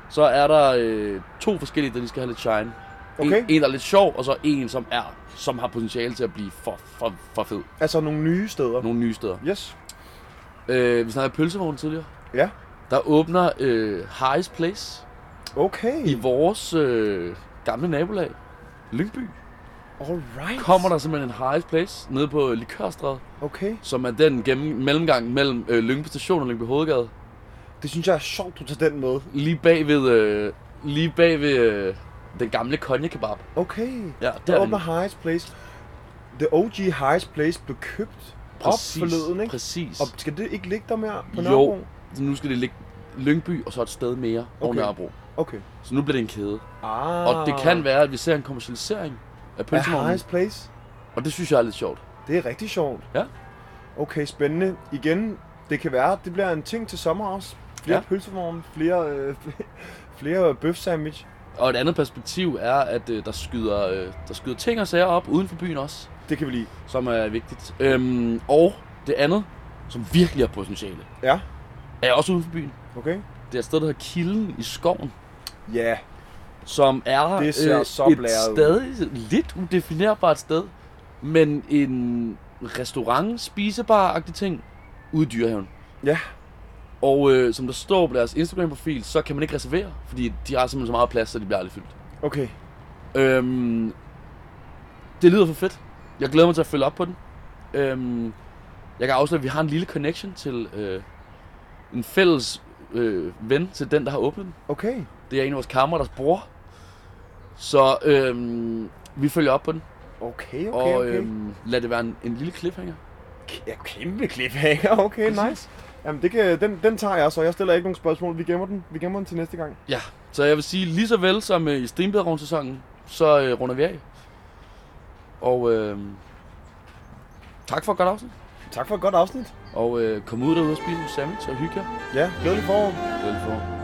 Speaker 3: så er der øh, to forskellige, der lige skal have lidt shine.
Speaker 2: Okay.
Speaker 3: En, en, der er lidt sjov, og så en, som er, som har potentiale til at blive for, for, for fed.
Speaker 2: Altså, nogle nye steder.
Speaker 3: Nogle nye steder.
Speaker 2: Yes.
Speaker 3: Øh, vi snakkede pølsevogn tidligere.
Speaker 2: Ja.
Speaker 3: Der åbner øh, Highest Place
Speaker 2: Okay.
Speaker 3: i vores øh, gamle nabolag, Lyngby.
Speaker 2: Alright.
Speaker 3: Kommer der simpelthen en Highest Place nede på Likørstræde,
Speaker 2: Okay.
Speaker 3: som er den gennem, mellemgang mellem øh, Lyngby Station og Lyngby Hovedgade.
Speaker 2: Det synes jeg er sjovt, du tager den med.
Speaker 3: lige bag ved, øh, lige bag ved øh, den gamle kebab.
Speaker 2: Okay.
Speaker 3: Ja,
Speaker 2: Der
Speaker 3: er
Speaker 2: åbner
Speaker 3: den.
Speaker 2: Highest Place. The OG Highest Place blev købt
Speaker 3: Præcis,
Speaker 2: op forleden, ikke?
Speaker 3: Præcis.
Speaker 2: Og skal det ikke ligge der mere på
Speaker 3: Jo.
Speaker 2: Nørrebro?
Speaker 3: Så nu skal det ligge Lyngby og så et sted mere okay. og
Speaker 2: Okay.
Speaker 3: Nørrebro.
Speaker 2: Okay.
Speaker 3: Så nu bliver det en kæde.
Speaker 2: Ah.
Speaker 3: Og det kan være, at vi ser en kommercialisering af
Speaker 2: Af
Speaker 3: pølsevognen,
Speaker 2: Highest Place?
Speaker 3: og det synes jeg er lidt sjovt.
Speaker 2: Det er rigtig sjovt.
Speaker 3: Ja.
Speaker 2: Okay, spændende. Igen, det kan være, det bliver en ting til sommer også. Flere
Speaker 3: Ja.
Speaker 2: ja. pølsevogne, flere, øh, flere bøf sandwich.
Speaker 3: Og et andet perspektiv er, at øh, der, skyder, øh, der skyder ting og sager op uden for byen også,
Speaker 2: Det kan vi lide.
Speaker 3: som er vigtigt. Øhm, og det andet, som virkelig har potentiale,
Speaker 2: Ja,
Speaker 3: er også uden for byen.
Speaker 2: okay.
Speaker 3: Det er et sted, der hedder Kilden i skoven.
Speaker 2: Ja,
Speaker 3: som er øh,
Speaker 2: Det ser så
Speaker 3: et
Speaker 2: blæret ud.
Speaker 3: stadig lidt udefinerbart sted, men en restaurant, spisebar-agtig ting ude i dyrehaven.
Speaker 2: ja.
Speaker 3: Og øh, som der står på deres Instagram-profil, så kan man ikke reservere, fordi de har simpelthen så meget plads, så de bliver aldrig fyldt.
Speaker 2: Okay.
Speaker 3: Øhm, det lyder for fedt. Jeg glæder mig til at følge op på den. Øhm, jeg kan afsløre, at vi har en lille connection til øh, en fælles øh, ven til den, der har åbnet den.
Speaker 2: Okay.
Speaker 3: Det er en af vores kammeraters bror. Så øhm, vi følger op på den.
Speaker 2: Okay, okay,
Speaker 3: og
Speaker 2: okay.
Speaker 3: øhm, lad det være en, en lille cliffhanger.
Speaker 2: Ja, kæmpe cliffhanger. Okay, nice. Jamen, det kan, den, den tager jeg så. Jeg stiller ikke nogen spørgsmål. Vi gemmer den. Vi gemmer den til næste gang.
Speaker 3: Ja, så jeg vil sige, lige så vel som øh, i Stenbederovn-sæsonen, så øh, runder vi af. Og øhm, tak for et godt afsnit.
Speaker 2: Tak for et godt afsnit.
Speaker 3: Og øh, kom ud derude og spise en sandwich og hygge jer.
Speaker 2: Ja, glædelig forår.
Speaker 3: Glædelig forår.